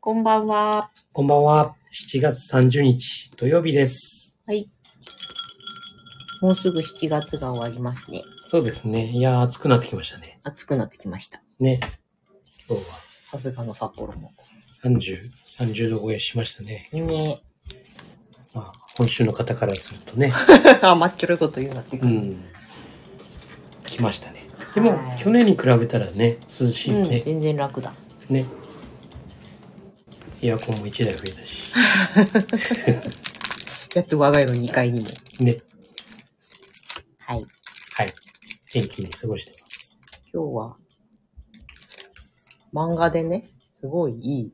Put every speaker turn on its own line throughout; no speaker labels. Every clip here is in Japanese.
こんばんは。
こんばんは。7月30日土曜日です。
はい。もうすぐ7月が終わりますね。
そうですね。いやー、暑くなってきましたね。
暑くなってきました。
ね。今日は
さすがの札幌も。
30、30度超えしましたね。
ね
まあ、今週の方からするとね。
え。 あ、まっちょろいこと言うなって
う
くる。
ん。来ましたね。でも
は、い
去年に比べたらね、涼しい
うん、
ね。
全然楽だ。
ね。エアコンも1台増えたし。
やっと我が家の2階にも。
ね。
はい。
はい。元気に過ごしてます。
今日は、漫画でね、すごいいい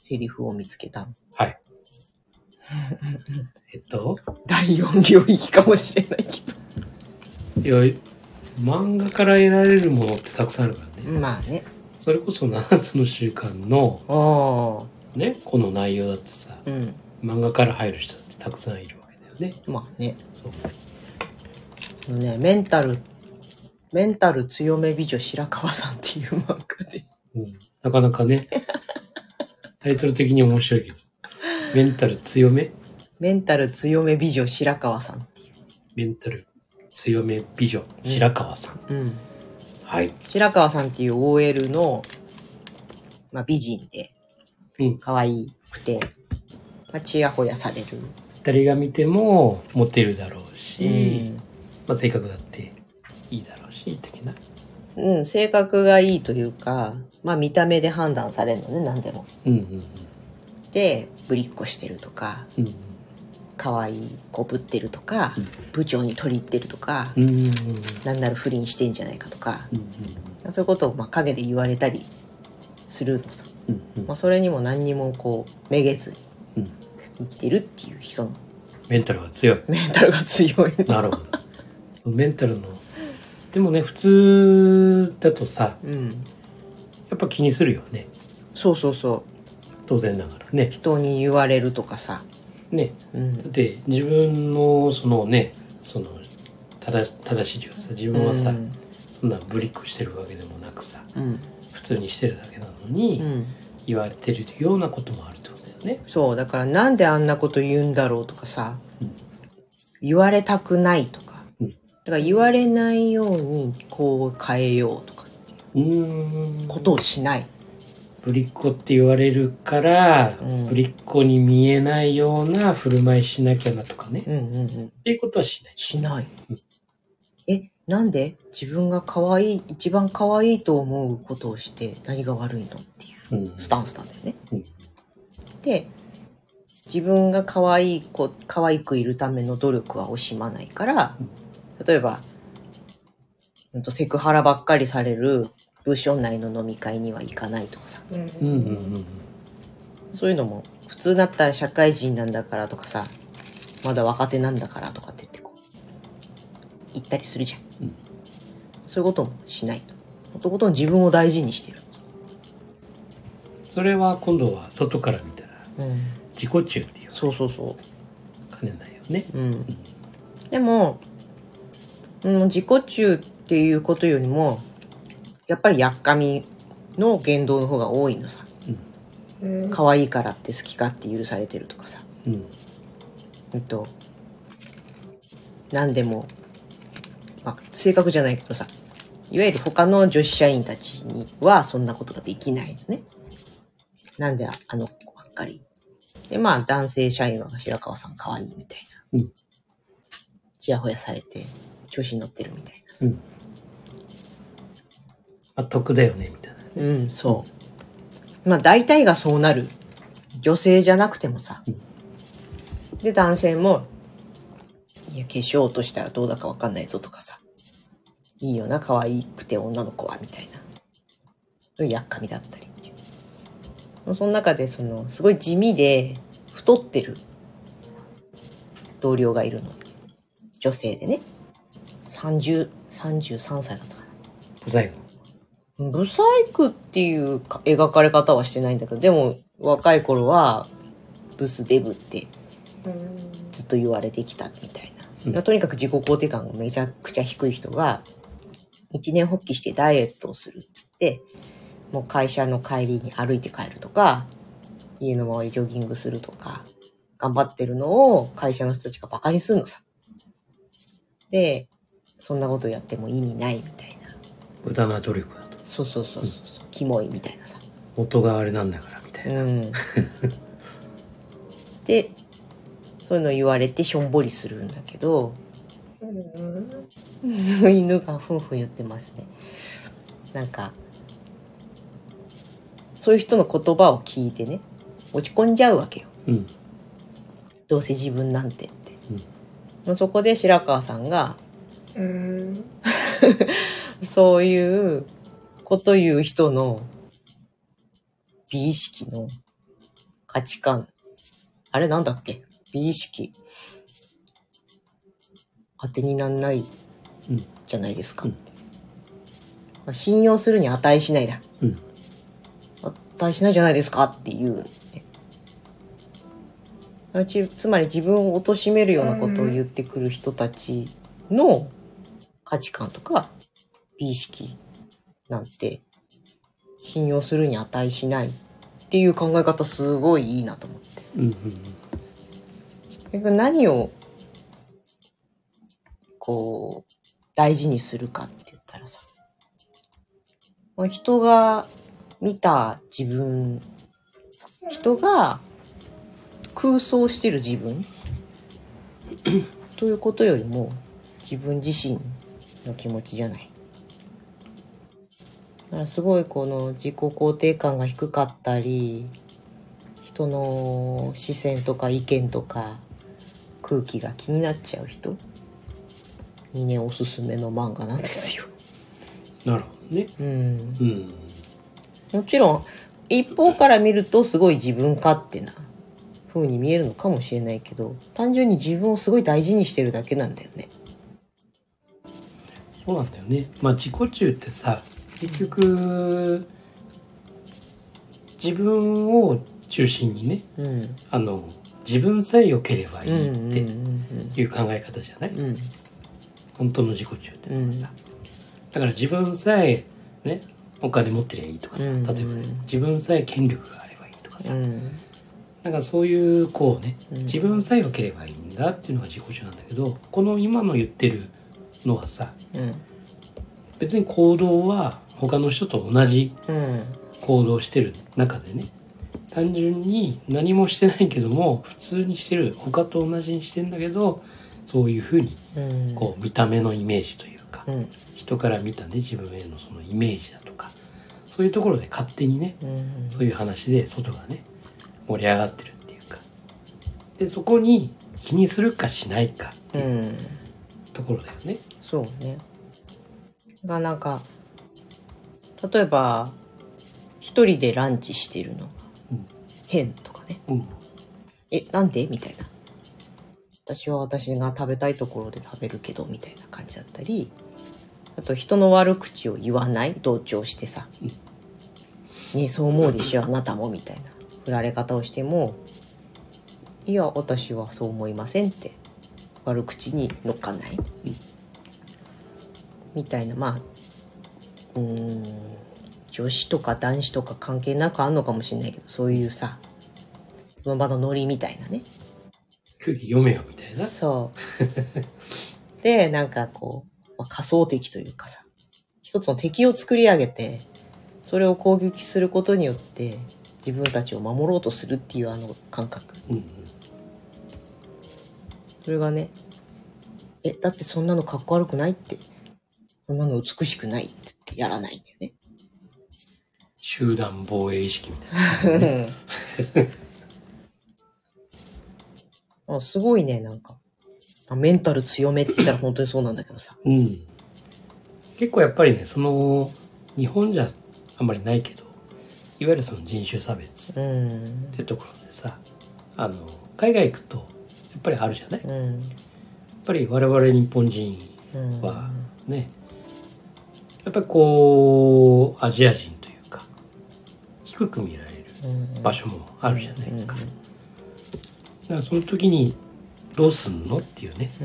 セリフを見つけたの。
はい。えっと、
第4領域かもしれないけ
いや、漫画から得られるものってたくさんあるからね。
ど。まあね。
それこそ7つの習慣の
ああ。
ねこの内容だってさ
うん。
漫画から入る人だってたくさんいるわけだよね
まあね。
そう
ね、メンタル、メンタル強め美女白川さんっていう漫画で。
うん、なかなか ねタイトル的に面白いけどメンタル強め
メンタル強め美女白川さん。
メンタル強め美女白川さん、
うん。
はい
白川さんっていう OL の、まあ、美人で、
うん
可愛くて、まあ、ちやほやされる。
誰が見てもモテるだろう
う
し、
ん。
まあ、性格だっていいだろうし的な
うん、性格がいいというか、まあ、見た目で判断されるのね、何でも。
うんうん
で、ぶりっこしてるとか、
うんうん
可愛い子ぶってるとか
うん、
部長に取り入ってるとか、
うんうんうん
なんなら不倫してんじゃないかとか、
うん
そういうことをまあ陰で言われたりするのさ、
うんうん
まあ、それにも何にもこうめげず
う
に
ん
生きてるっていう人の
メンタルが強い
メンタルが強い、
なるほど。そのメンタルの。でもね、普通だとさ、
うん、
やっぱ気にするよね。
そうそうそう
当然ながらね。
人に言われるとかさ、
ね。
うん
だって自分のそのね、その、正正しいというかさ、自分はさ、
うん
そんなぶりっこしてるわけでもなくさ、
うん
普通にしてるだけなの
う
に、
ん、
言われてるようなこともあるってことだよね。
そうだからなんであんなこと言うんだろうとかさ
うん
言われたくないとか
うん
だから言われないようにこう変えようとか
うーん。
ことをしない、
ぶりっ子って言われるから、
うん
ぶりっ子に見えないような振る舞いしなきゃなとかね。
うんうんうん、
っていうことはしない。
しない。え、なんで自分が可愛い、一番可愛いと思うことをして何が悪いのっていう
うん
スタンスなんだよね。
うん
で、自分が可愛い子、可愛くいるための努力は惜しまないから
うん、
例えば、うんとセクハラばっかりされる部署内の飲み会には行かないとかさ、
うんうんうんうん。
そういうのも普通だったら社会人なんだからとかさ、まだ若手なんだからとかって言ってこう、言ったりするじゃん。
うん
そういうこともしないと。とことん自分を大事にしてる。
それは今度は外から見たら
うん。
自己中っていう
そうそうそ
かねないよね。
う。うん。でも、うん、自己中っていうことよりも、やっぱりやっかみの言動の方が多いのさ。可愛いからって好きかって許されてるとかさ。
うん。うん。
うんと、何でも、まあ、正確じゃないけどさ、いわゆる他の女子社員たちにはそんなことができないのね。なんでああの子ばっかり。で、まあ男性社員は白川さん可愛いみたいな。
うん
ちやほやされて、調子に乗ってるみたい
うん。あ、得だよね、みたいな。
な。うん、そう。まあ大体がそうなる。女性じゃなくてもさ
うん。
で、男性も、いや、化粧落としたらどうだかわかんないぞとかさ。いいよな、可愛くて女の子は、みたいな。やっかみだったりっていう。その中で、その、すごい地味で、太ってる同僚がいるの。女性でね。30、33歳だったかな。
最後。
ブサイクっていうか描かれ方はしてないんだけど、でも若い頃はブスデブってずっと言われてきたみたいな。
うん
とにかく自己肯定感がめちゃくちゃ低い人が、一年発起してダイエットをするっつって、もう会社の帰りに歩いて帰るとか、家の周りジョギングするとか、頑張ってるのを会社の人たちがバカにするのさ。で、そんなことやっても意味ないみたいな。
無駄な努力だと。
そうそうそうそうそう、キモいみたいなさ。
元があれなんだから、みたいな。
うん。で、そういうの言われてしょんぼりするんだけど、 犬がふんふん言ってますね。なんか、そういう人の言葉を聞いてね、落ち込んじゃうわけよ。
うん。
どうせ自分なんてって。
うん
もうそこで白川さんが、そういうこと言う人の美意識の価値観。あれなんだっけ美意識。当てになんない
うん。
じゃないですか。
うん
まあ信用するに値しないだ。
うん。
値しないじゃないですかっていう、ね。ちつまり自分を貶めるようなことを言ってくる人たちの価値観とか美意識なんて信用するに値しないっていう考え方すごいいいなと思って。
うん。うん。
結局何をこう大事にするかって言ったらさまあ人が見た自分人が空想してる自分ということよりも自分自身の気持ちじゃない。だからすごいこの自己肯定感が低かったり人の視線とか意見とか空気が気になっちゃう人にねおすすめの漫画なんですよ。
なるほどね。
うん、
うん。
もちろん一方から見るとすごい自分勝手な風に見えるのかもしれないけど単純に自分をすごい大事にしてるだけなんだよね。
そうなんだよね。まあ自己中ってさ、結局、自分を中心にね、
うん、
あの、自分さえ良ければい
うんうん
いっていう考え方じゃない、
うんうん
本当の自己中ってのはさ、だから自分さえねお金持ってりゃいいとかさ
う
例え
ん
ばね自分さえ権力があればいいとか
う
さ、
ん
なんかそういうこうね
うん
自分さえ良ければいいんだっていうのが自己中なんだけどこの今の言ってるのはさ
うん
別に行動は他の人と同じ
うん
行動してる中でね単純に何もしてないけども普通にしてる他と同じにしてんだけどそういうふうに
うん
こう見た目のイメージというか、
うん
人から見たね自分へのそのイメージだとかそういうところで勝手にね
うん
そういう話で外がね盛り上がってるっていうかでそこに気にするかしないかって
う
いうんところだよね。
そうね。がなんか例えば一人でランチしてるのが
うん
変とかね。
うん
え、なんでみたいな。私は私が食べたいところで食べるけどみたいな感じだったりあと人の悪口を言わない同調してさ
うん
「ねえそう思うでしょあなたも」みたいな振られ方をしても「いや私はそう思いません」って悪口に乗っかないみたいなまあうーん女子とか男子とか関係なくあんのかもしれないけどそういうさその場のノリみたいなね
空気読めよみたいな。
そう。で、なんかこう、まあ、仮想敵というかさ、一つの敵を作り上げて、それを攻撃することによって、自分たちを守ろうとするっていうあの感覚。
うんうん
それがね、え、だってそんなのかっこ悪くないって、そんなの美しくないって言ってやらないんだよね。
集団防衛意識みたいな。
うん あすごいね、なんか。まあメンタル強めって言ったら本当にそうなんだけどさ。
うん、結構やっぱりねその日本じゃあんまりないけどいわゆるその人種差別っ
うん。
てところでさあの海外行くとやっぱりあるじゃない
うん。
やっぱり我々日本人
うん。
はね、やっぱりこうアジア人というか低く見られる
うん
場所もあるじゃないですか、
うん
だからその時にどうすんのっていうね、
う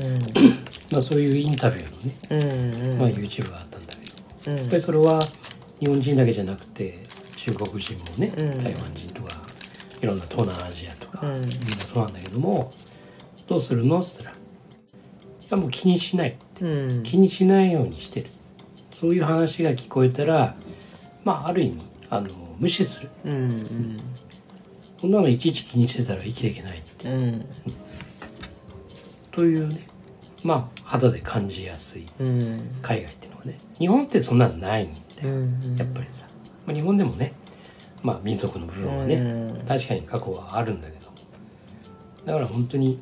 まあ、そういうインタビューのね、
んうんうん
まあ、YouTube があったんだけど、
うん
やっぱりそれは日本人だけじゃなくて中国人もね、
うん
台湾人とかいろんな東南アジアとか、
うん
みんなそうなんだけども「どうするの?」っつったら「いやもう気にしない」
うん
気にしないようにしてるそういう話が聞こえたらまあある意味あの無視する
うん
そんなのいちいち気にしてたら生きていけない
うんうん
というねまあ肌で感じやすい
うん
海外っていうのはね日本ってそんなのないん
う
だよ
ん
やっぱりさ、まあ、日本でもねまあ民族の部分はね、確かに過去はあるんだけどだから本当に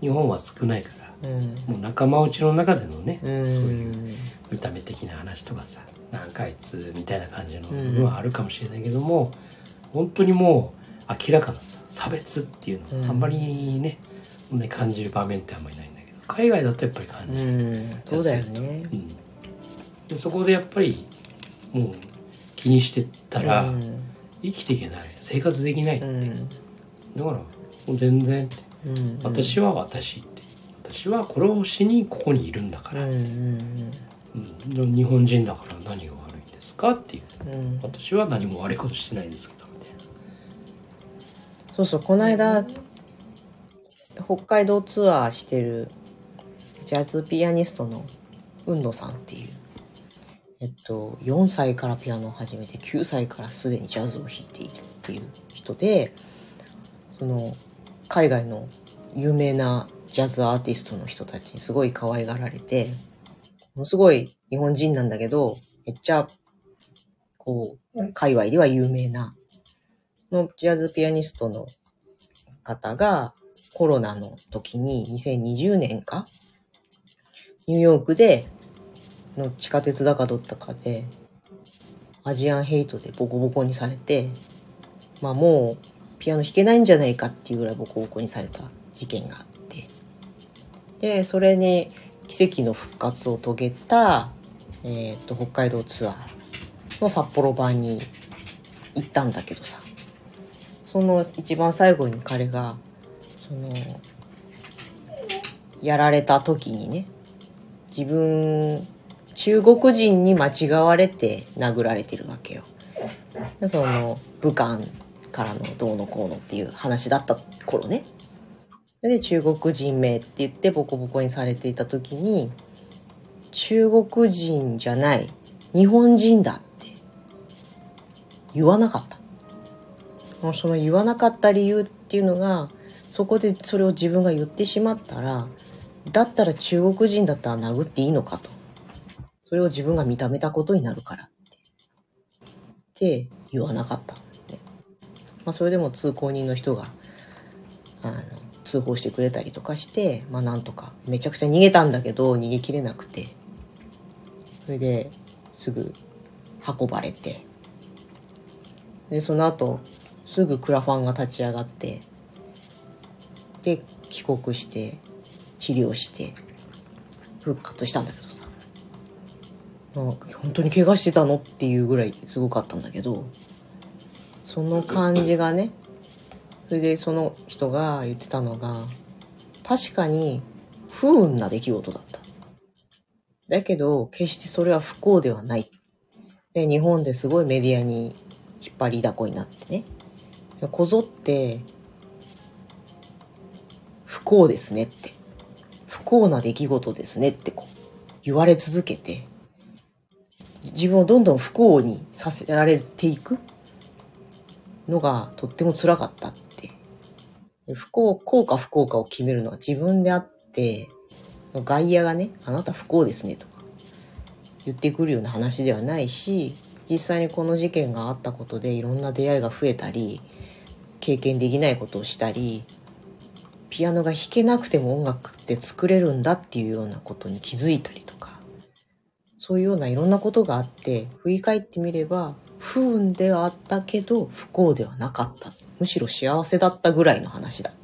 日本は少ないから
うん
もう仲間内の中でのね、
う
そういうん見た目的な話とかさなんかあいつみたいな感じの部分はあるかもしれないけども、本当にもう明らかなさ差別っていうの
うん
をあんまりね,、ね感じる場面ってあんまりないんだけど海外だとやっぱり感
う
じる、
んそうだよね
うんでそこでやっぱりもう気にしてたら
うん
生きていけない生活できない、
う
だか
ん
らもう全然って
うん
私は私って私はこれをしにここにいるんだか
うん
ら、
うん
うん日本人だから何が悪いんですかっていう
うん
私は何も悪いことしてないんですけどみたいな
そうそうこの間北海道ツアーしてるジャズピアニストの運動さんっていうえっと4歳からピアノを始めて9歳からすでにジャズを弾いているっていう人でその海外の有名なジャズアーティストの人たちにすごい可愛がられてものすごい日本人なんだけどめっちゃこう界隈では有名なのジャズピアニストの方がコロナの時に2020年かニューヨークでの地下鉄だかどったかでアジアンヘイトでボコボコにされてまあもうピアノ弾けないんじゃないかっていうぐらいボコボコにされた事件があってでそれに奇跡の復活を遂げた、えー、と北海道ツアーの札幌版に行ったんだけどさその一番最後に彼がそのやられた時にね自分中国人に間違われて殴られてるわけよ。でその武漢からのどうのこうのっていう話だった頃ね。で中国人名って言ってボコボコにされていた時に中国人じゃない日本人だって言わなかった。もうその言わなかった理由っていうのがそこでそれを自分が言ってしまったらだったら中国人だったら殴っていいのかとそれを自分が認めたことになるからってって言わなかったんですね、まあ、それでも通行人の人があの通報してくれたりとかしてまあなんとかめちゃくちゃ逃げたんだけど逃げきれなくてそれですぐ運ばれてでその後すぐクラファンが立ち上がってで帰国して治療して復活したんだけどさまあ本当に怪我してたのっていうぐらいすごかったんだけどその感じがねそれでその人が言ってたのが確かに不運な出来事だっただけど決してそれは不幸ではないで日本ですごいメディアに引っ張りだこになってねこぞって不幸ですねって不幸な出来事ですねってこう言われ続けて自分をどんどん不幸にさせられていくのがとっても辛かったってで不幸幸か不幸かを決めるのは自分であって外野がね「あなた不幸ですね」とか言ってくるような話ではないし実際にこの事件があったことでいろんな出会いが増えたり経験できないことをしたりピアノが弾けなくても音楽って作れるんだっていうようなことに気づいたりとかそういうようないろんなことがあって振り返ってみれば不運ではあったけど不幸ではなかったむしろ幸せだったぐらいの話だっ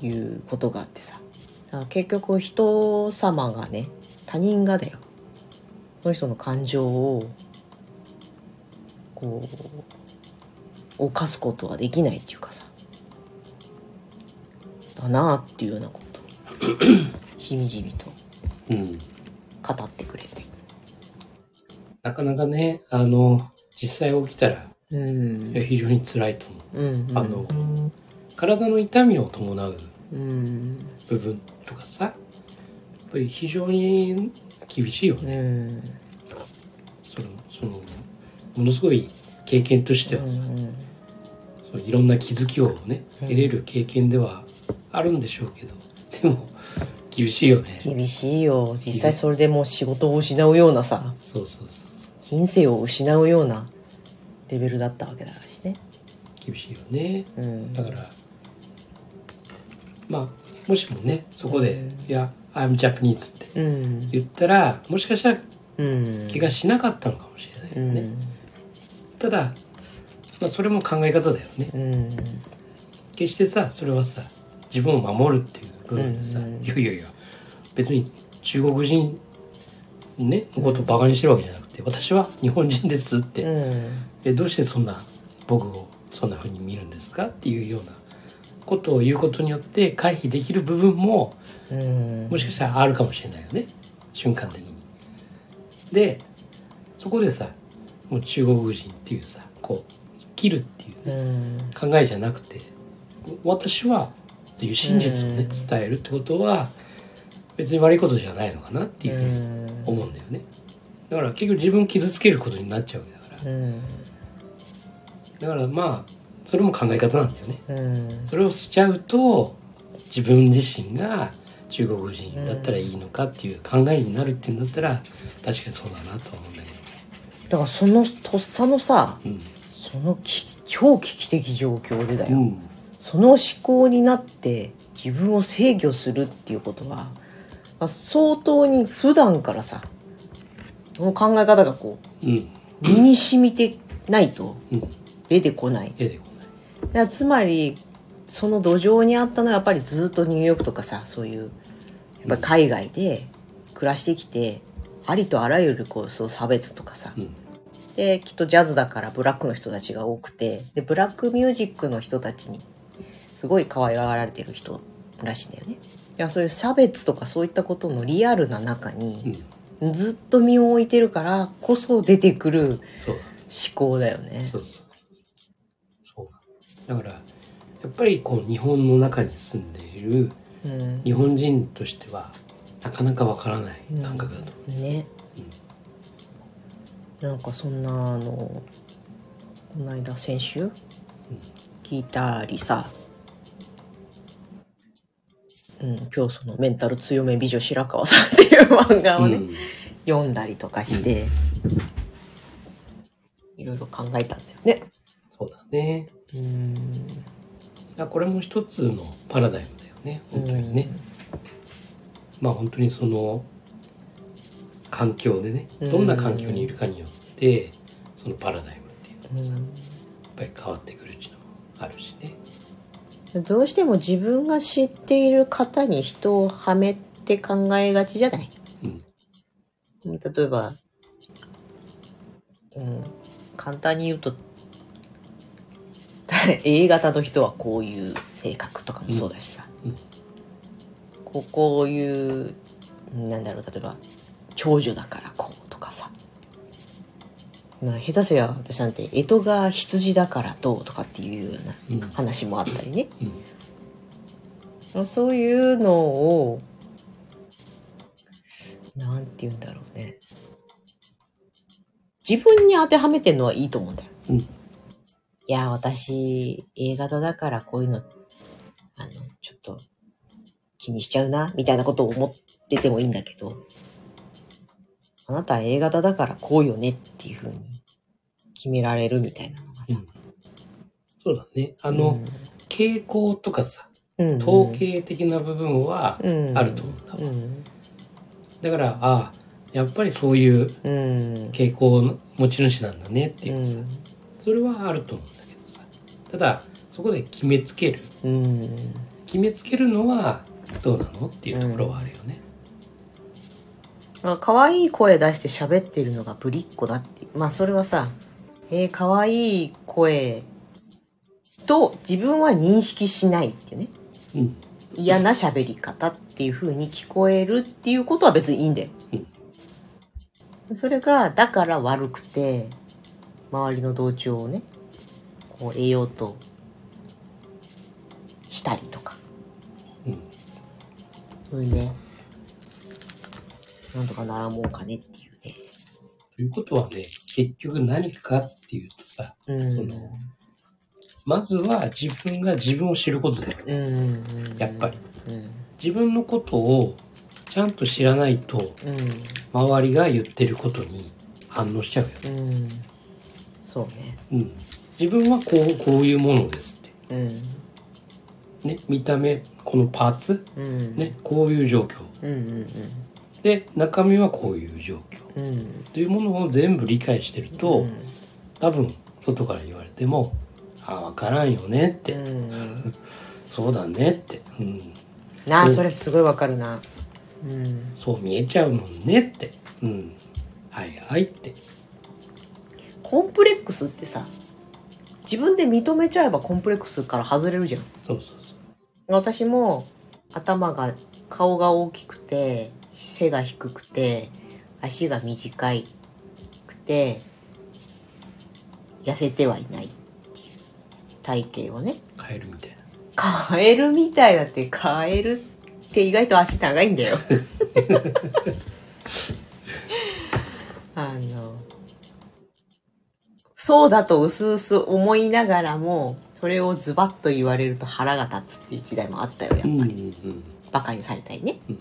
ていうことがあってさだから結局人様がね他人がだよその人の感情をこう犯すことはできないっていうかさだなあっていうようなこと をしみじみと
うん
語ってくれて
なかなかねあの実際起きたら
うん
いや非常に辛いと思う。
うんうん
あの体の痛みを伴う
うん
部分とかさやっぱり非常に厳しいよ
う
ね
ん
そのそのものすごい経験としてはさ、
うん
そのいろんな気づきをね
うん
得れる経験ではあるんでしょうけどでも厳しいよね
厳しいよ実際それでもう仕事を失うようなさ
そうそうそうそう
人生を失うようなレベルだったわけだからしね
厳しいよね
うん
だからまあもしもねそこで
うん
「いや I'm Japanese」って
うん
言ったらもしかしたら
うん
気がしなかったのかもしれないよね、ただ、まあ、それも考え方だよね
うん
決してさそれはさ自分を守るっていう部分でさ、
うんうん
いやいやいや別に中国人ねのことをバカにしてるわけじゃなくて私は日本人ですって、
うん
えどうしてそんな僕をそんな風に見るんですかっていうようなことを言うことによって回避できる部分も
うん
もしかしたらあるかもしれないよね瞬間的に。でそこでさもう中国人っていうさこう切るっていうね、
うん
考えじゃなくて私はっていう真実をね、
うん
伝えるってことは別に悪いことじゃないのかなっていうふうに思うんだよね、だから結局自分を傷つけることになっちゃうわけだから
うん
だからまあそれも考え方なんだよね
うん
それをしちゃうと自分自身が中国人だったらいいのかっていう考えになるっていうんだったら確かにそうだなとは思うんだけどね
だからそのとっさのさ
うん
そのき超危機的状況でだよ、
うん
その思考になって自分を制御するっていうことは、まあ、相当に普段からさその考え方がこ
うん
う身に染みてないと
うん
出てこない
出てこない
だからつまりその土壌にあったのはやっぱりずっとニューヨークとかさそういうやっぱり海外で暮らしてきてありとあらゆるこうそう差別とかさ
うん
できっとジャズだからブラックの人たちが多くてでブラックミュージックの人たちにすごい可愛がられてる人らしいんだよね。いやそういう差別とかそういったことのリアルな中
う
に
ん
ずっと身を置いてるからこそ出てくる思
そう
考だよね。
そうそうそうそうだからやっぱりこう日本の中に住んでいる
うん、
日本人としてはなかなかわからない感覚だと
ね、なんかそんなあのこの間先週、聞いたりさ、うん、今日その「メンタル強め美女白川さん」っていう漫画
思
を
う、
ね、
うん
読んだりとかして、いろいろ考えたんだよね。
そうだね
うん
だからこれも一つのパラダイムだよね本当にね、まあ本当にその環境でねどんな環境にいるかによってそのパラダイムっていう
う
のがさやっ
ん
ぱり変わってくるっていうのもあるしね
どうしても自分が知っている方に人をはめて考えがちじゃない
うん
例えば、うん、簡単に言うと A 型の人はこういう性格とかもそうだしさ、
うんうん
こうこういうなんだろう例えば長女だからこうとかさ、まあ、下手すりゃ私なんて干支が羊だからどうとかっていうような
うん
話もあったりね
うん
まあそういうのを、なんて言うんだろうね。自分に当てはめてるのはいいと思うんだよ。
うん
いや、私、A 型だからこういうの、あの、ちょっと気にしちゃうな、みたいなことを思っててもいいんだけど、あなたは A 型だからこうよねっていうふうに決められるみたいなのが
う
さ
ん。そうだねあの、傾向とかさ
うん、うん
統計的な部分はあると思うんだわ、
うん
だからああやっぱりそういう
うん。
傾向の持ち主なんだねっていううさ、
ん
それはあると思うんだけどさただそこで決めつける
うん
決めつけるのはどうなのっていうところはあるよね、
まあ可愛い声出して喋ってるのがぶりっ子だってまあそれはさえー、可愛い声と自分は認識しないっていうね
うん
嫌な喋り方っていう風に聞こえるっていうことは別にいいんだよ、それがだから悪くて周りの同調をねこう得ようとしたりとか
うん
そういうねなんとかならんもんかねっていうね
ということはね、結局何かっていうとさ、
うん
そのまずは自分が自分を知ることだよね。
うんうんうん
やっぱり。
うん
自分のことをちゃんと知らないと、
う
周りが言ってることに反応しちゃうよね。
んうんそうね
うん。自分はこう、こういうものです
う
っ
ん
て。ね、見た目、このパーツ、
うん
ね、こういう状況。
うんうん
で、中身はこういう状況。
うんうん
というものを全部理解してると、
うん
多分、外から言われても、あ、わからんよねって、
うん
そうだねって、うん、
なあ
うん
それすごいわかるなうん
そう見えちゃうもんねって。うん。はいはいって。
コンプレックスってさ自分で認めちゃえばコンプレックスから外れるじゃん
そうそうそ
私も頭が顔が大きくて背が低くて足が短いくて痩せてはいないっていう体型をね
う。カエルみたいな。
カエルみたいだってカエルって意外と足長いんだ よあのそうだと薄々思いながらもそれをズバッと言われると腹が立つっていう時代もあったよやっぱり、
うんうん。
バカにされたりね、
うん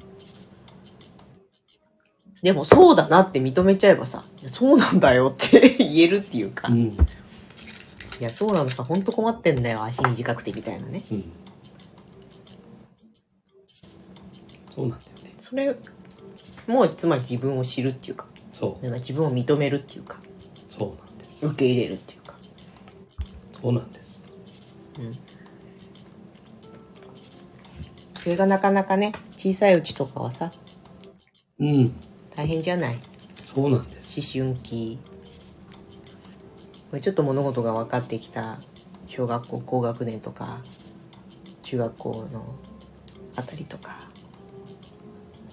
でもそうだなって認めちゃえばさいやそうなんだよって 言えるっていうか、
う
い
ん
やそうなのさほんと困ってんだよ足短くてみたいなね
うん。そうなんだよね。
それもうつまり自分を知るっていうか
そう。
自分を認めるっていうか
そうなんです。
受け入れるっていうか
そうなんです。
それがなかなかね小さいうちとかはさ
うん。
大変じゃない
そうなんです。
思春期まあちょっと物事が分かってきた小学校高学年とか中学校のあたりとか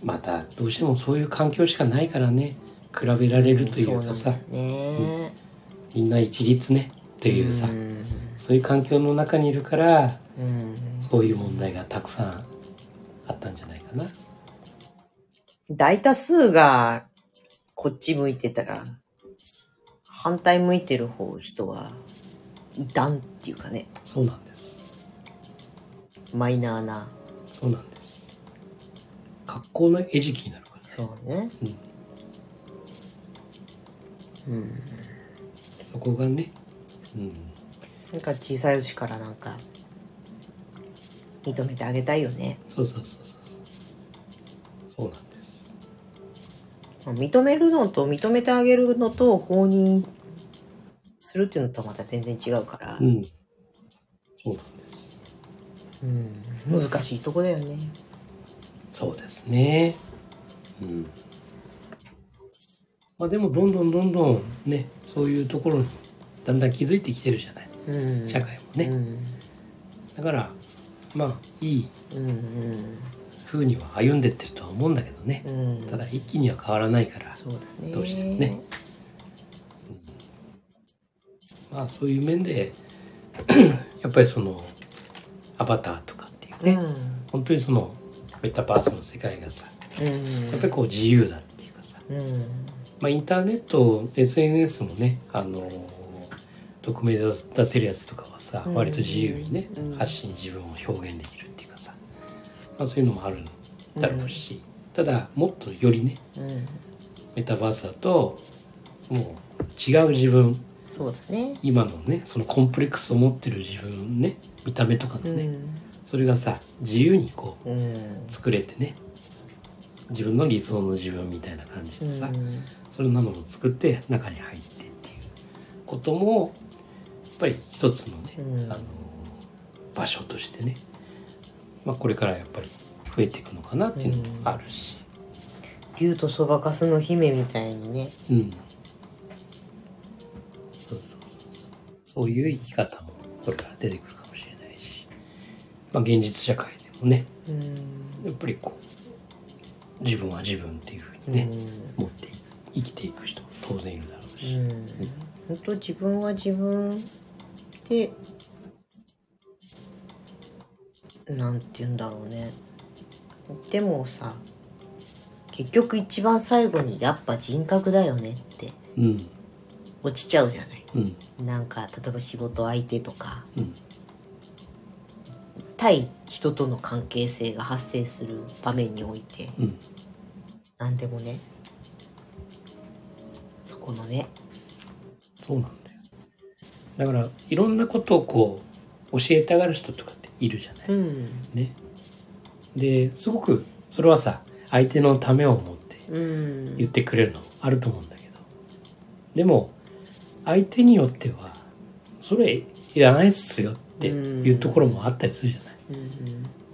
また、どうしてもそういう環境しかないからね、比べられるとい
そううな
か
んだ
さ
よ、ね
みんな一律ね、っていうさ、
うん
そういう環境の中にいるから、
うん
そういう問題がたくさんあったんじゃないかな。
大多数がこっち向いてたら反対向いてる方人は異端っていうかね
そうなんです。
マイナーな
そうなんです。格好の餌食になるからね。
そうねうん
そこがね、うん、
なんか小さいうちからなんか認めてあげたいよね、
そうそうそうそうそうなんです
まあ認めるのと認めてあげるのと放任するっていうのとはまた全然違うから、
うんそうなんです
うん難しいとこだよね
そうですねうんまあでもどんどんどんどんねそういうところにだんだん気づいてきてるじゃない
うん
社会もね、
うん
だからまあいい
うん
風には歩んでってるとは思うんだけどね
うんうん
ただ一気には変わらないから
そうだね
どうしてもねまあそういう面で やっぱりそのアバターとかっていう
ね
ね、本当にそのメタバースの世界がさ
うん
やっぱりこう自由だっていうかさ、
うん
まあ、インターネット SNS もねあの匿名で出せるやつとかはさ、
うん
割と自由にね、
うん
発信自分を表現できるっていうかさ、まあ、そういうのもあるだろうし、ただもっとよりね
うん
メタバースだともう違う自分
そうだね
今のねそのコンプレックスを持ってる自分ね見た目とかのね、それがさ自由にこう
うんうん
作れてね自分の理想の自分みたいな感じでさ、
うん
それなのを作って中に入ってっていうこともやっぱり一つのね、
うん
あの場所としてね、まあ、これからやっぱり増えていくのかなっていうのもあるし、
竜とそばかすの姫みたいにね
うんそうそうそうそうそういう生き方もこれから出てくるかもしれないし、まあ、現実社会でもね
うん
やっぱりこう自分は自分っていうふうにね、
うん
持ってい生きていく人も当然いるだろうし、
うん本当自分は自分でなんて言うんだろうねでもさ結局一番最後にやっぱ人格だよねって
うん
落ちちゃうじゃない
うん
なんか例えば仕事相手とか
うん
対人との関係性が発生する場面において
うん
何でもねそこのね
そうなんだよだからいろんなことをこう教えたがる人とかっているじゃない、
ん
ねですごくそれはさ相手のためを思って
うん
言ってくれるのもあると思うんだけどでも相手によってはそれいらないっすよっていうところもあったりするじゃない、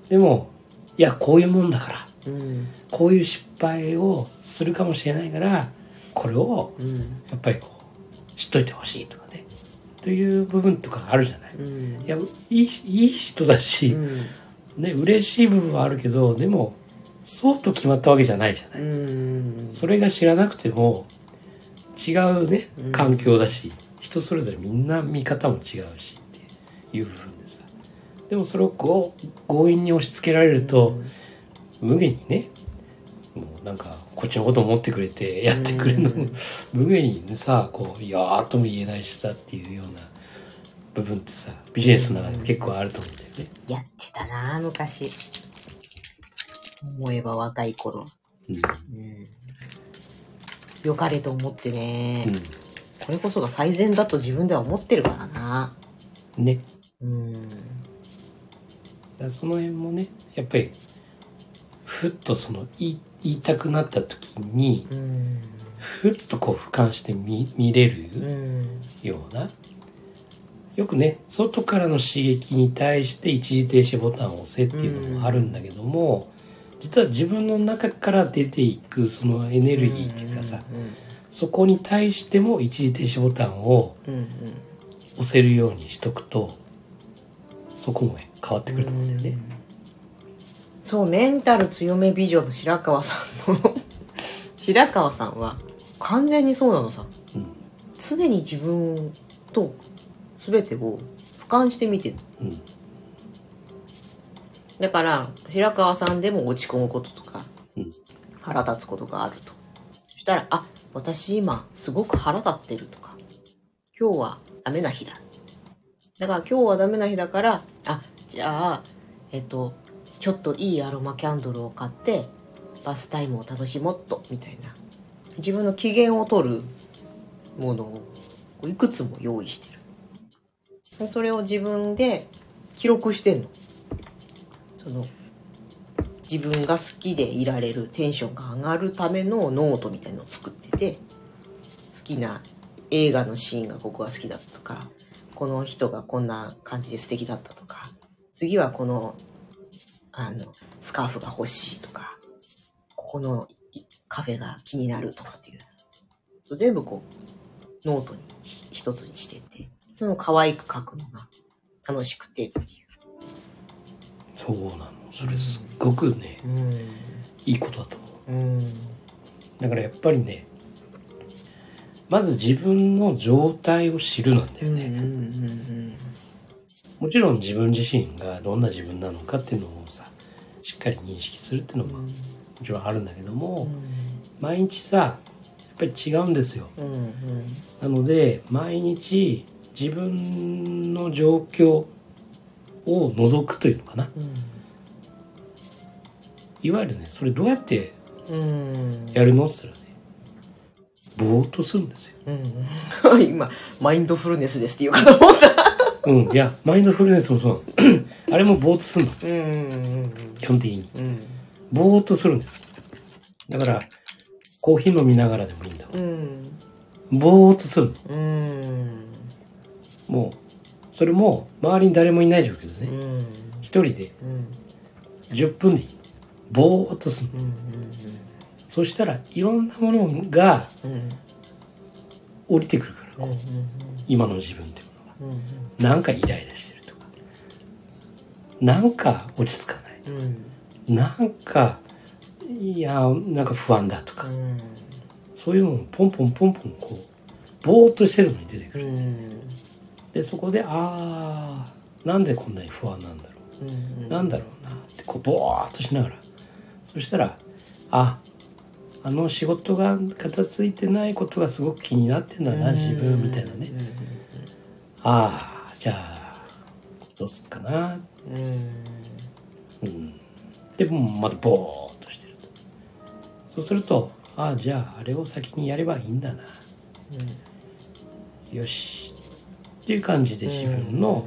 でもいやこういうもんだから
うんうん
こういう失敗をするかもしれないからこれを
うん
やっぱりこう知っといてほしいとかねという部分とかあるじゃない。い
うん
やいいいい人だし、ね嬉しい部分はあるけどでもそうと決まったわけじゃないじゃない。
うん
それが知らなくても違うね
うん
環境だし、人それぞれみんな見方も違うしっていう部分でさでもそれをこう強引に押し付けられると、無限にねもうなんかこっちのこと思ってくれてやってくれるのも、
うん
無限にねさこういやーとも言えないしさっていうような部分ってさビジネスの中でも結構あると思うんだよね。
やってたなあ昔思えば若い頃うん良かれと思ってね、
うん
これこそが最善だと自分では思ってるからな
うん、ね
うん
だからその辺もねやっぱりふっとその言い言いたくなった時に
うん
ふっとこう俯瞰して見見れ
う
る
ん
ようなよくね外からの刺激に対して一時停止ボタンを押せっていうのもあるんだけども、実は自分の中から出ていくそのエネルギーっていうかさ、そこに対しても一時停止ボタンを
うんうんうん
押せるようにしとくとそこもね変わってくると思うんだよね。
そうメンタル強め美女の白川さんの白川さんは完全にそうなのさ
うん
常に自分と全てを俯瞰して見てる
うん
だから平川さんでも落ち込むこととか
うん
腹立つことがあるとそしたら「あ私今すごく腹立ってる」とか「今日はダメな日だ」だから今日はダメな日だからあじゃあえっとちょっといいアロマキャンドルを買ってバスタイムを楽しもっとみたいな自分の機嫌を取るものをいくつも用意してるでそれを自分で記録してんのその自分が好きでいられるテンションが上がるためのノートみたいのを作ってて好きな映画のシーンがここが好きだったとかこの人がこんな感じで素敵だったとか次はこのあのスカーフが欲しいとかここのいカフェが気になるとかっていう全部こうノートにひ一つにしててその可愛く書くのが楽しくてっていう。
そうなのそれすっごくね
う。
いいことだと思うんだからやっぱりねまず自分の状態を知るなんだ
う
よ
んうんう
ね、
ん
もちろん自分自身がどんな自分なのかっていうのをさしっかり認識するっていうのももちろんあるんだけども、毎日さやっぱり違うんですよ
うんうん
なので毎日自分の状況を覗くというのかないわゆるねそれどうやって
うん
やるのって言ったらねぼーっとするんですよ
うん今マインドフルネスですって言うかと思った
うん、いや、マインドフルネスもそうなの。 あれもぼーっとするの、
うんうんうん
基本的に。
うん
ぼーっとするんです。だから、コーヒー飲みながらでもいいんだわ。
うん
ぼーっとするの。
うん
もう、それも、周りに誰もいない状況でね。
うん
一人で
うん
10分でいい。ぼーっとするの。そしたら、いろんなものが降りてくるから、こう今の自分っていうものが。なんかイライラしてるとか。なんか落ち着かない。なんか、いや、なんか不安だとか。そういうのをポンポンポンポンこうぼーっとしてるのに出てく
う
る、
ん
でそこであーなんでこんなに不安なんだろ
うん
うなんだろうなってこうぼーっとしながらそしたらああの仕事が片付いてないことがすごく気になってんだな自分みたいなねああじゃあどうすっかな
うんうん
うん、でもうまたボーっとしてるとそうするとああじゃああれを先にやればいいんだなよしっていう感じで自分の、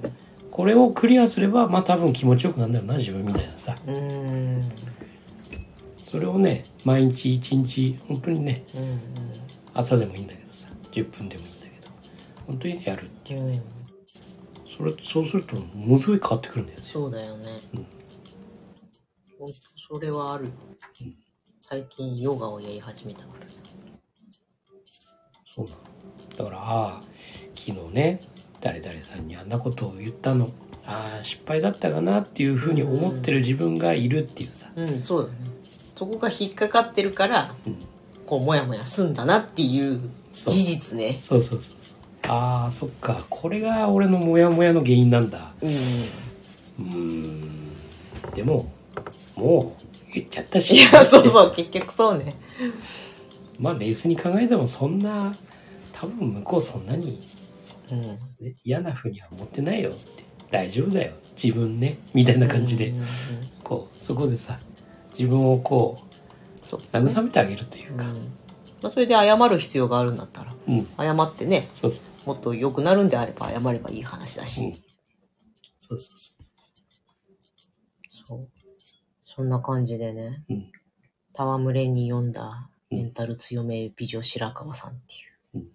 これをクリアすればまあ多分気持ちよくなるんだろうな自分みたいなさ
うんうん
それをね毎日一日本当にね朝でもいいんだけどさ10分でもいいんだけど本当にやる
うん
それそうするとものすごい変わってくるんだよね
そうだよね
うん
ほんとそれはある最近ヨガをやり始めたからさ
そうなのだからああ昨日ね誰々さんにあんなことを言ったのああ失敗だったかなっていうふうに思ってる自分がいるっていうさ、
うんそうだねそこが引っかかってるから
うん
こうモヤモヤすんだなっていう
そう
事実ね
そうそうそうそうああそっかこれが俺のモヤモヤの原因なんだ
うん
うーんでももう言っちゃったし
いやそうそう結局そうね
まあ冷静に考えてもそんな多分向こうそんなに
うん
ね嫌なふうには思ってないよって大丈夫だよ自分ねみたいな感じで、
うんうんうん
こうそこでさ自分をこう
そう
慰めてあげるという
うん
か、
まあ、それで謝る必要があるんだったら
うん
謝ってね
そうそう
もっと良くなるんであれば謝ればいい話だし、
うんそうそうそう
そうそんな感じでね、
うん
戯れに読んだメンタル強め美女白川さんっていう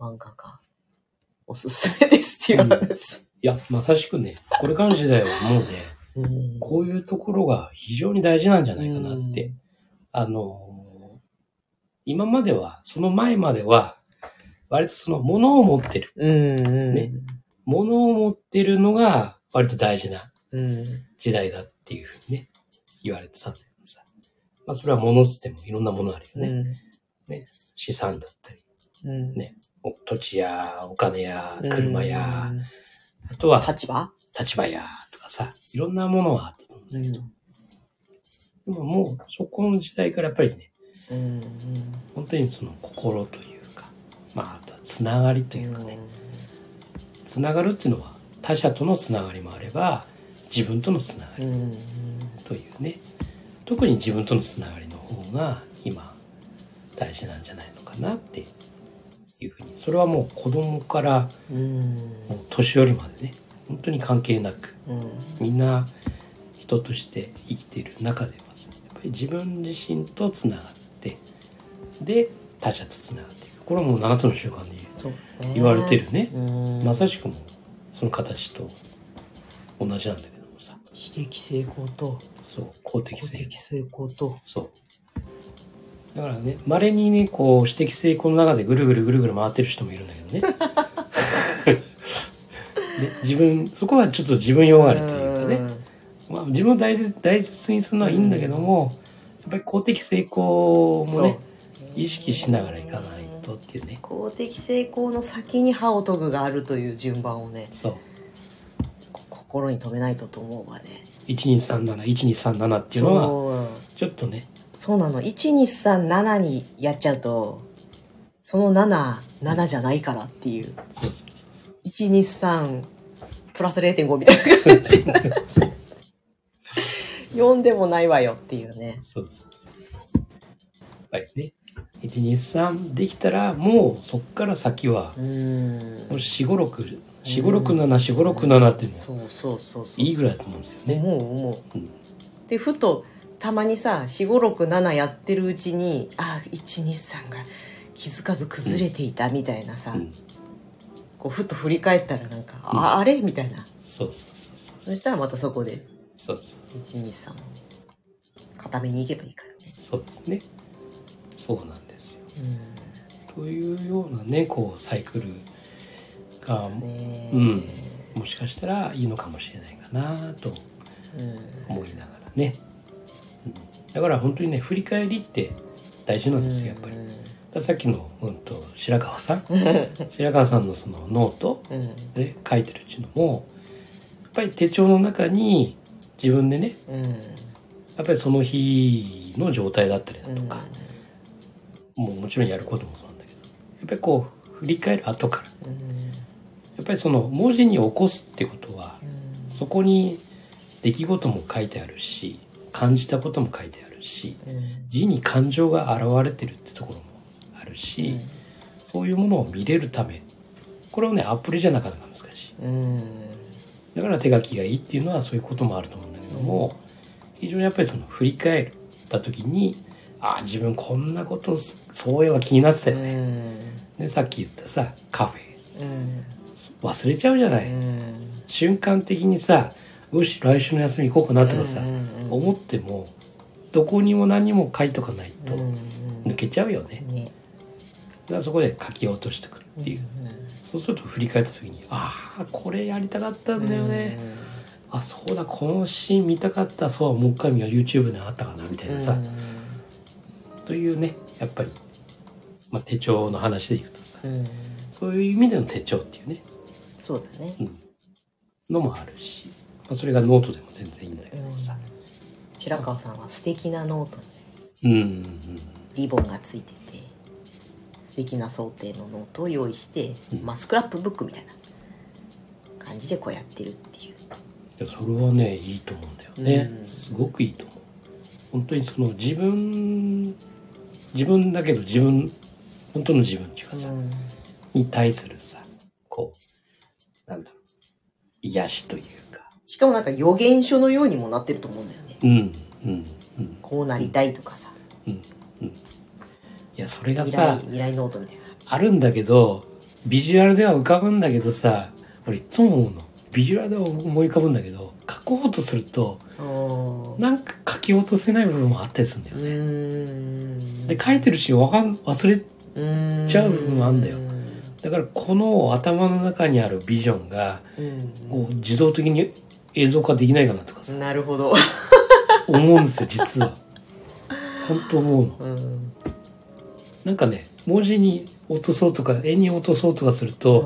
漫画がおすすめですっていう話。
いやまさしくねこれ関してだよもうね
うん
こういうところが非常に大事なんじゃないかなって、あのー今まではその前までは割とその物を持ってる
うんうん。
ね物を持ってるのが割と大事な
うん。
時代だっていうふうにね言われてたんだけどさまあそれは物捨てもいろんなものあるよね、資産だったり
うん。
ねお土地やお金や
うん
車や、あとは
立場
立場やとかさ、いろんなものがあったと思う。
うん。
でももうそこの時代からやっぱりね、
うん。
本当にその心というか、まああとはつながりというかね、つながるっていうのは他者とのつながりもあれば、自分とのつなが
う
り
ん。
というね、特に自分とのつながりの方が今大事なんじゃないのかなっていうふうに、それはもう子供から
うん。
もう年寄りまでね、本当に関係なく、
うん。
みんな人として生きている中ではさやっぱり自分自身とつながってで他者とつながっていくこれはもう7つの習慣で
そう。
言われて。るね、
うん。
まさしくもうその形と同じなんだけどもさ
私的成功と
そう公的
公
成功
的成功と。
そうだからねまれにねこう私的成功の中でぐるぐるぐるぐる回ってる人もいるんだけどね で自分そこはちょっと自分用があるというかねまあ、自分を大事大切にするのはいいんだけども、やっぱり公的成功もね
そう
意識しながらいかないとっていうね
公的成功の先に歯を研ぐがあるという順番をね
そう
こ心に留めないとと思うわね
1237123っていうのは
そう
ちょっとね
そうなの1237にやっちゃうとその77じゃないからっていう
そうそうそう
123プラス0.5みたいな 感じになっちゃう読んでもないわよっていうね
そうそうそうやっぱりね123できたらもうそっから先は
うーん
もう4567 4567っても
そうそうそうそう
いいぐらいだと思うんですよね
思う思う、
うん
でふとたまにさ4567やってるうちにあ123が気づかず崩れていたみたいなさ、
うん
こうふと振り返ったらなんか、
うん
ああれみたいな
そうそうそうそう
そしたらまたそこで
そうそう
123固めにいけばいいからね、
そうですねそうなんですよというようなねこうサイクルが
うん、ねえ
うんもしかしたらいいのかもしれないかなと
うん
思いながらね、うんだから本当にね振り返りって大事なんですよやっぱり
う
らさっきの、うん、と白川さ ん白川さんのそのノート
うん
で書いてるっていうのもやっぱり手帳の中に自分でね
うん
やっぱりその日の状態だったりだ
う
と
ん
か、もうもちろんやることもそうなんだけどやっぱりこう振り返る後から
うん
やっぱりその文字に起こすってことは
うん
そこに出来事も書いてあるし感じたことも書いてあるし
うん
字に感情が現れてるってところもあるし、そういうものを見れるためこれをねアプリじゃなかなか難しい
うん
だから手書きがいいっていうのはそういうこともあると思うんだけども、非常にやっぱりその振り返った時にああ自分こんなことすそういえば気になってたよね、でさっき言ったさカフェ
うん
忘れちゃうじゃない、
うん
瞬間的にさよし来週の休み行こうかなとかさ、
うんうんうん
思ってもどこにも何にも書いとかないと
うん
抜けちゃうよね、
うんね
だからそこで書き落としてくるっていう、
う
そうすると振り返った時にああこれやりたかったんだよね、あそうだこのシーン見たかったそうもう一回見よう YouTube にあったかなみたいなさ、というねやっぱり、まあ、手帳の話でいくとさ
うんうん
そういう意味での手帳っていうね
そうだね
のもあるし、まあ、それがノートでも全然いいんだけどさ、
白川さんは素敵なノートに
うん、うんうん
リボンがついてて素敵な想定のノートを用意して、
うん
まあ、スクラップブックみたいな感じでこうやってるっていう
いやそれはねいいと思うんだよね、
うん
すごくいいと思う本当にその自分自分だけど自分本当の自分っていうかさ、
うん
に対するさこうなんだろう癒しというか
しかもなんか予言書のようにもなってると思うんだよね
うんうんうん
こうなりたいとかさ
うんうんいやそれが
未来
さ
未来ノートみたいな
あるんだけどビジュアルでは浮かぶんだけどさ俺いつも思うのビジュアルでは思い浮かぶんだけど書こうとすると
う
なんか書き落とせない部分もあったりするんだよね、
ん
で書いてるしわかん忘れ
うん
ちゃう部分もあんだよ
うん
だからこの頭の中にあるビジョンがこう自動的に映像化できないかなとかさ
なるほど、
思うんですよ実は本当思うの
うん、
なんかね文字に落とそうとか絵に落とそうとかすると、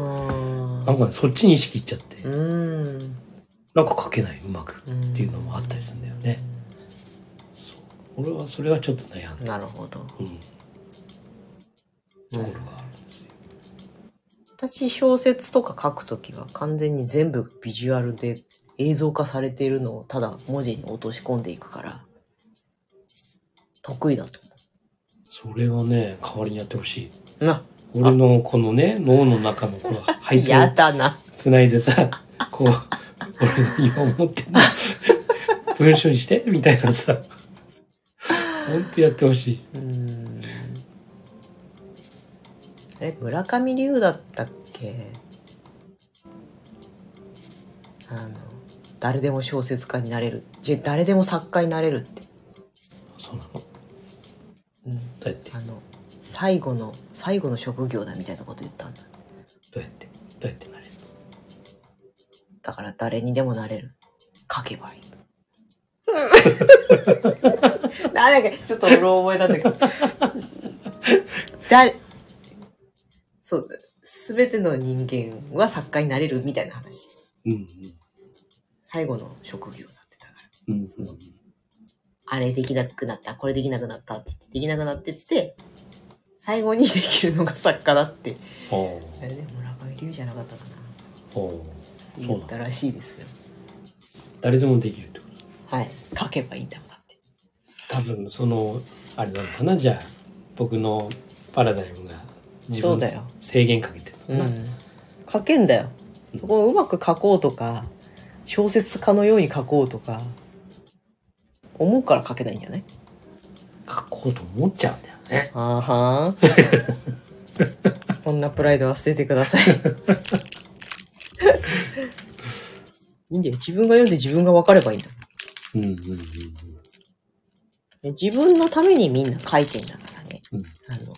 なんかねそっちに意識いっちゃって、
うん
なんか書けないうまく
うん
っていうのもあったりするんだよね、そう俺はそれはちょっと悩ん
な
だ
るほど
うんところがあるんですよ
私小説とか書くときは完全に全部ビジュアルで映像化されているのをただ文字に落とし込んでいくから得意だと
それはね代わりにやってほしい
思う。な、
俺のこのね脳の中のこの配線
やだな。
つないでさこう俺の今思ってるの文章にしてみたいなさほんとやってほしい
うん。あれ、村上龍だったっけあの、誰でも小説家になれる。じゃ、誰でも作家になれるって。
そうなのど
うん。
うやってど
あの、最後の、最後の職業だみたいなこと言ったんだ。
うやってどうやってなれる
だから誰にでもなれる。書けばいい。 なんだっけ、ちょっとうろ覚えなんだけど。誰、そうだ。すべての人間は作家になれるみたいな話。
うん
最後の職業だってだから。
うんうん
あれできなくなった、これできなくなったって、できなくなってって、最後にできるのが作家だって。
お
あれね、村上龍じゃなかったかな。
おそう
言
な
っ
の
たらしいですよ。
誰でもできるってこと
はい。書けばいいんだからって。
多分そのあれなのかなじゃあ僕のパラダイムが自分
そうだ
の
よ
制限かけてるのかな、
書けんだよ
うん
そこをうまく書こうとか小説家のように書こうとか思うから書けないんじゃない
書こうと思っちゃうんだよね
あは ーこんなプライドは捨ててください いいんだよ自分が読んで自分が分かればいいんだ
うんうんうんうん
ね自分のためにみんな書いてんだからね
うん
あの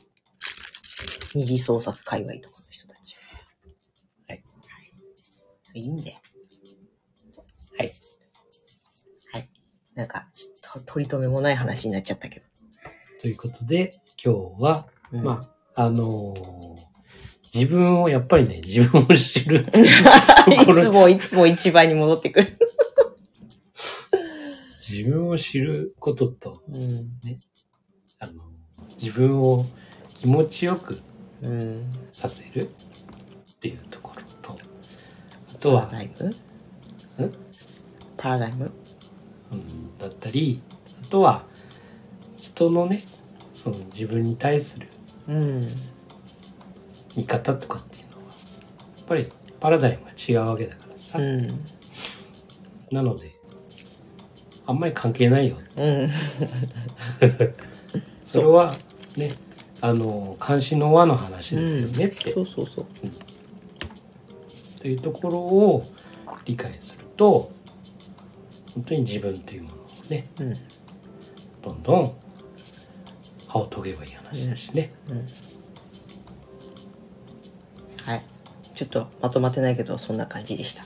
二次創作界隈とかの人たちは
はい
い、それいいんだよ
はい
なんか、ちょっと取り留めもない話になっちゃったけど。
ということで今日はまああのー自分を、やっぱりね、自分を知るって い う
い
とこ
つ
ろ、
もいつも一番に戻ってくる。
自分を知ることと、
うん。
あの、自分を気持ちよく
うん。
させるっていうところと、あとは
パラ、ダイムパラダイム
うん、だったり、あとは、人のね、その自分に対する
うん。
見方とかっていうのは、やっぱりパラダイムが違うわけだからさ。
うん。
なので、あんまり関係ないよ。
うん。
それは、ね、あの、関心の輪の話ですよねって、
そうそうそう。
というところを理解すると、本当に自分というものをね、
うん。
どんどん歯を研げばいい話だしね。
うんはい。ちょっとまとまってないけど、そんな感じでした。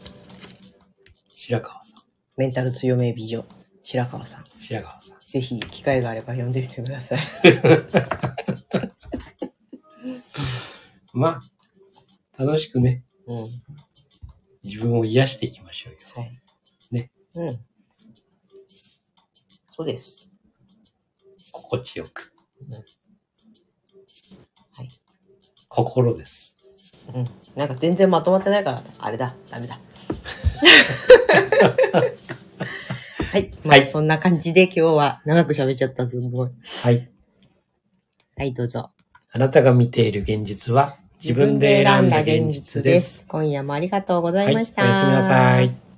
白川さ
メンタル強め美女、白川さん。
ん、白川さん。
ぜひ、機会があれば読んでみてください。
まあ、楽しくね、
うん。は
自分を癒していきましょうよ。
い。
ね。
うん。そうです。
心地よく。
うんはい
心です。
うん。なんか全然まとまってないから、あれだ、ダメ だ。はい。ま
は
あ、
い
そんな感じで今日は長く喋っちゃった、すごい。
はい。
はい、どうぞ。
あなたが見ている現実は自分で選んだ現実です。
今夜もありがとうござ
はいい、お
ま
や
し
す
た。
みなさい。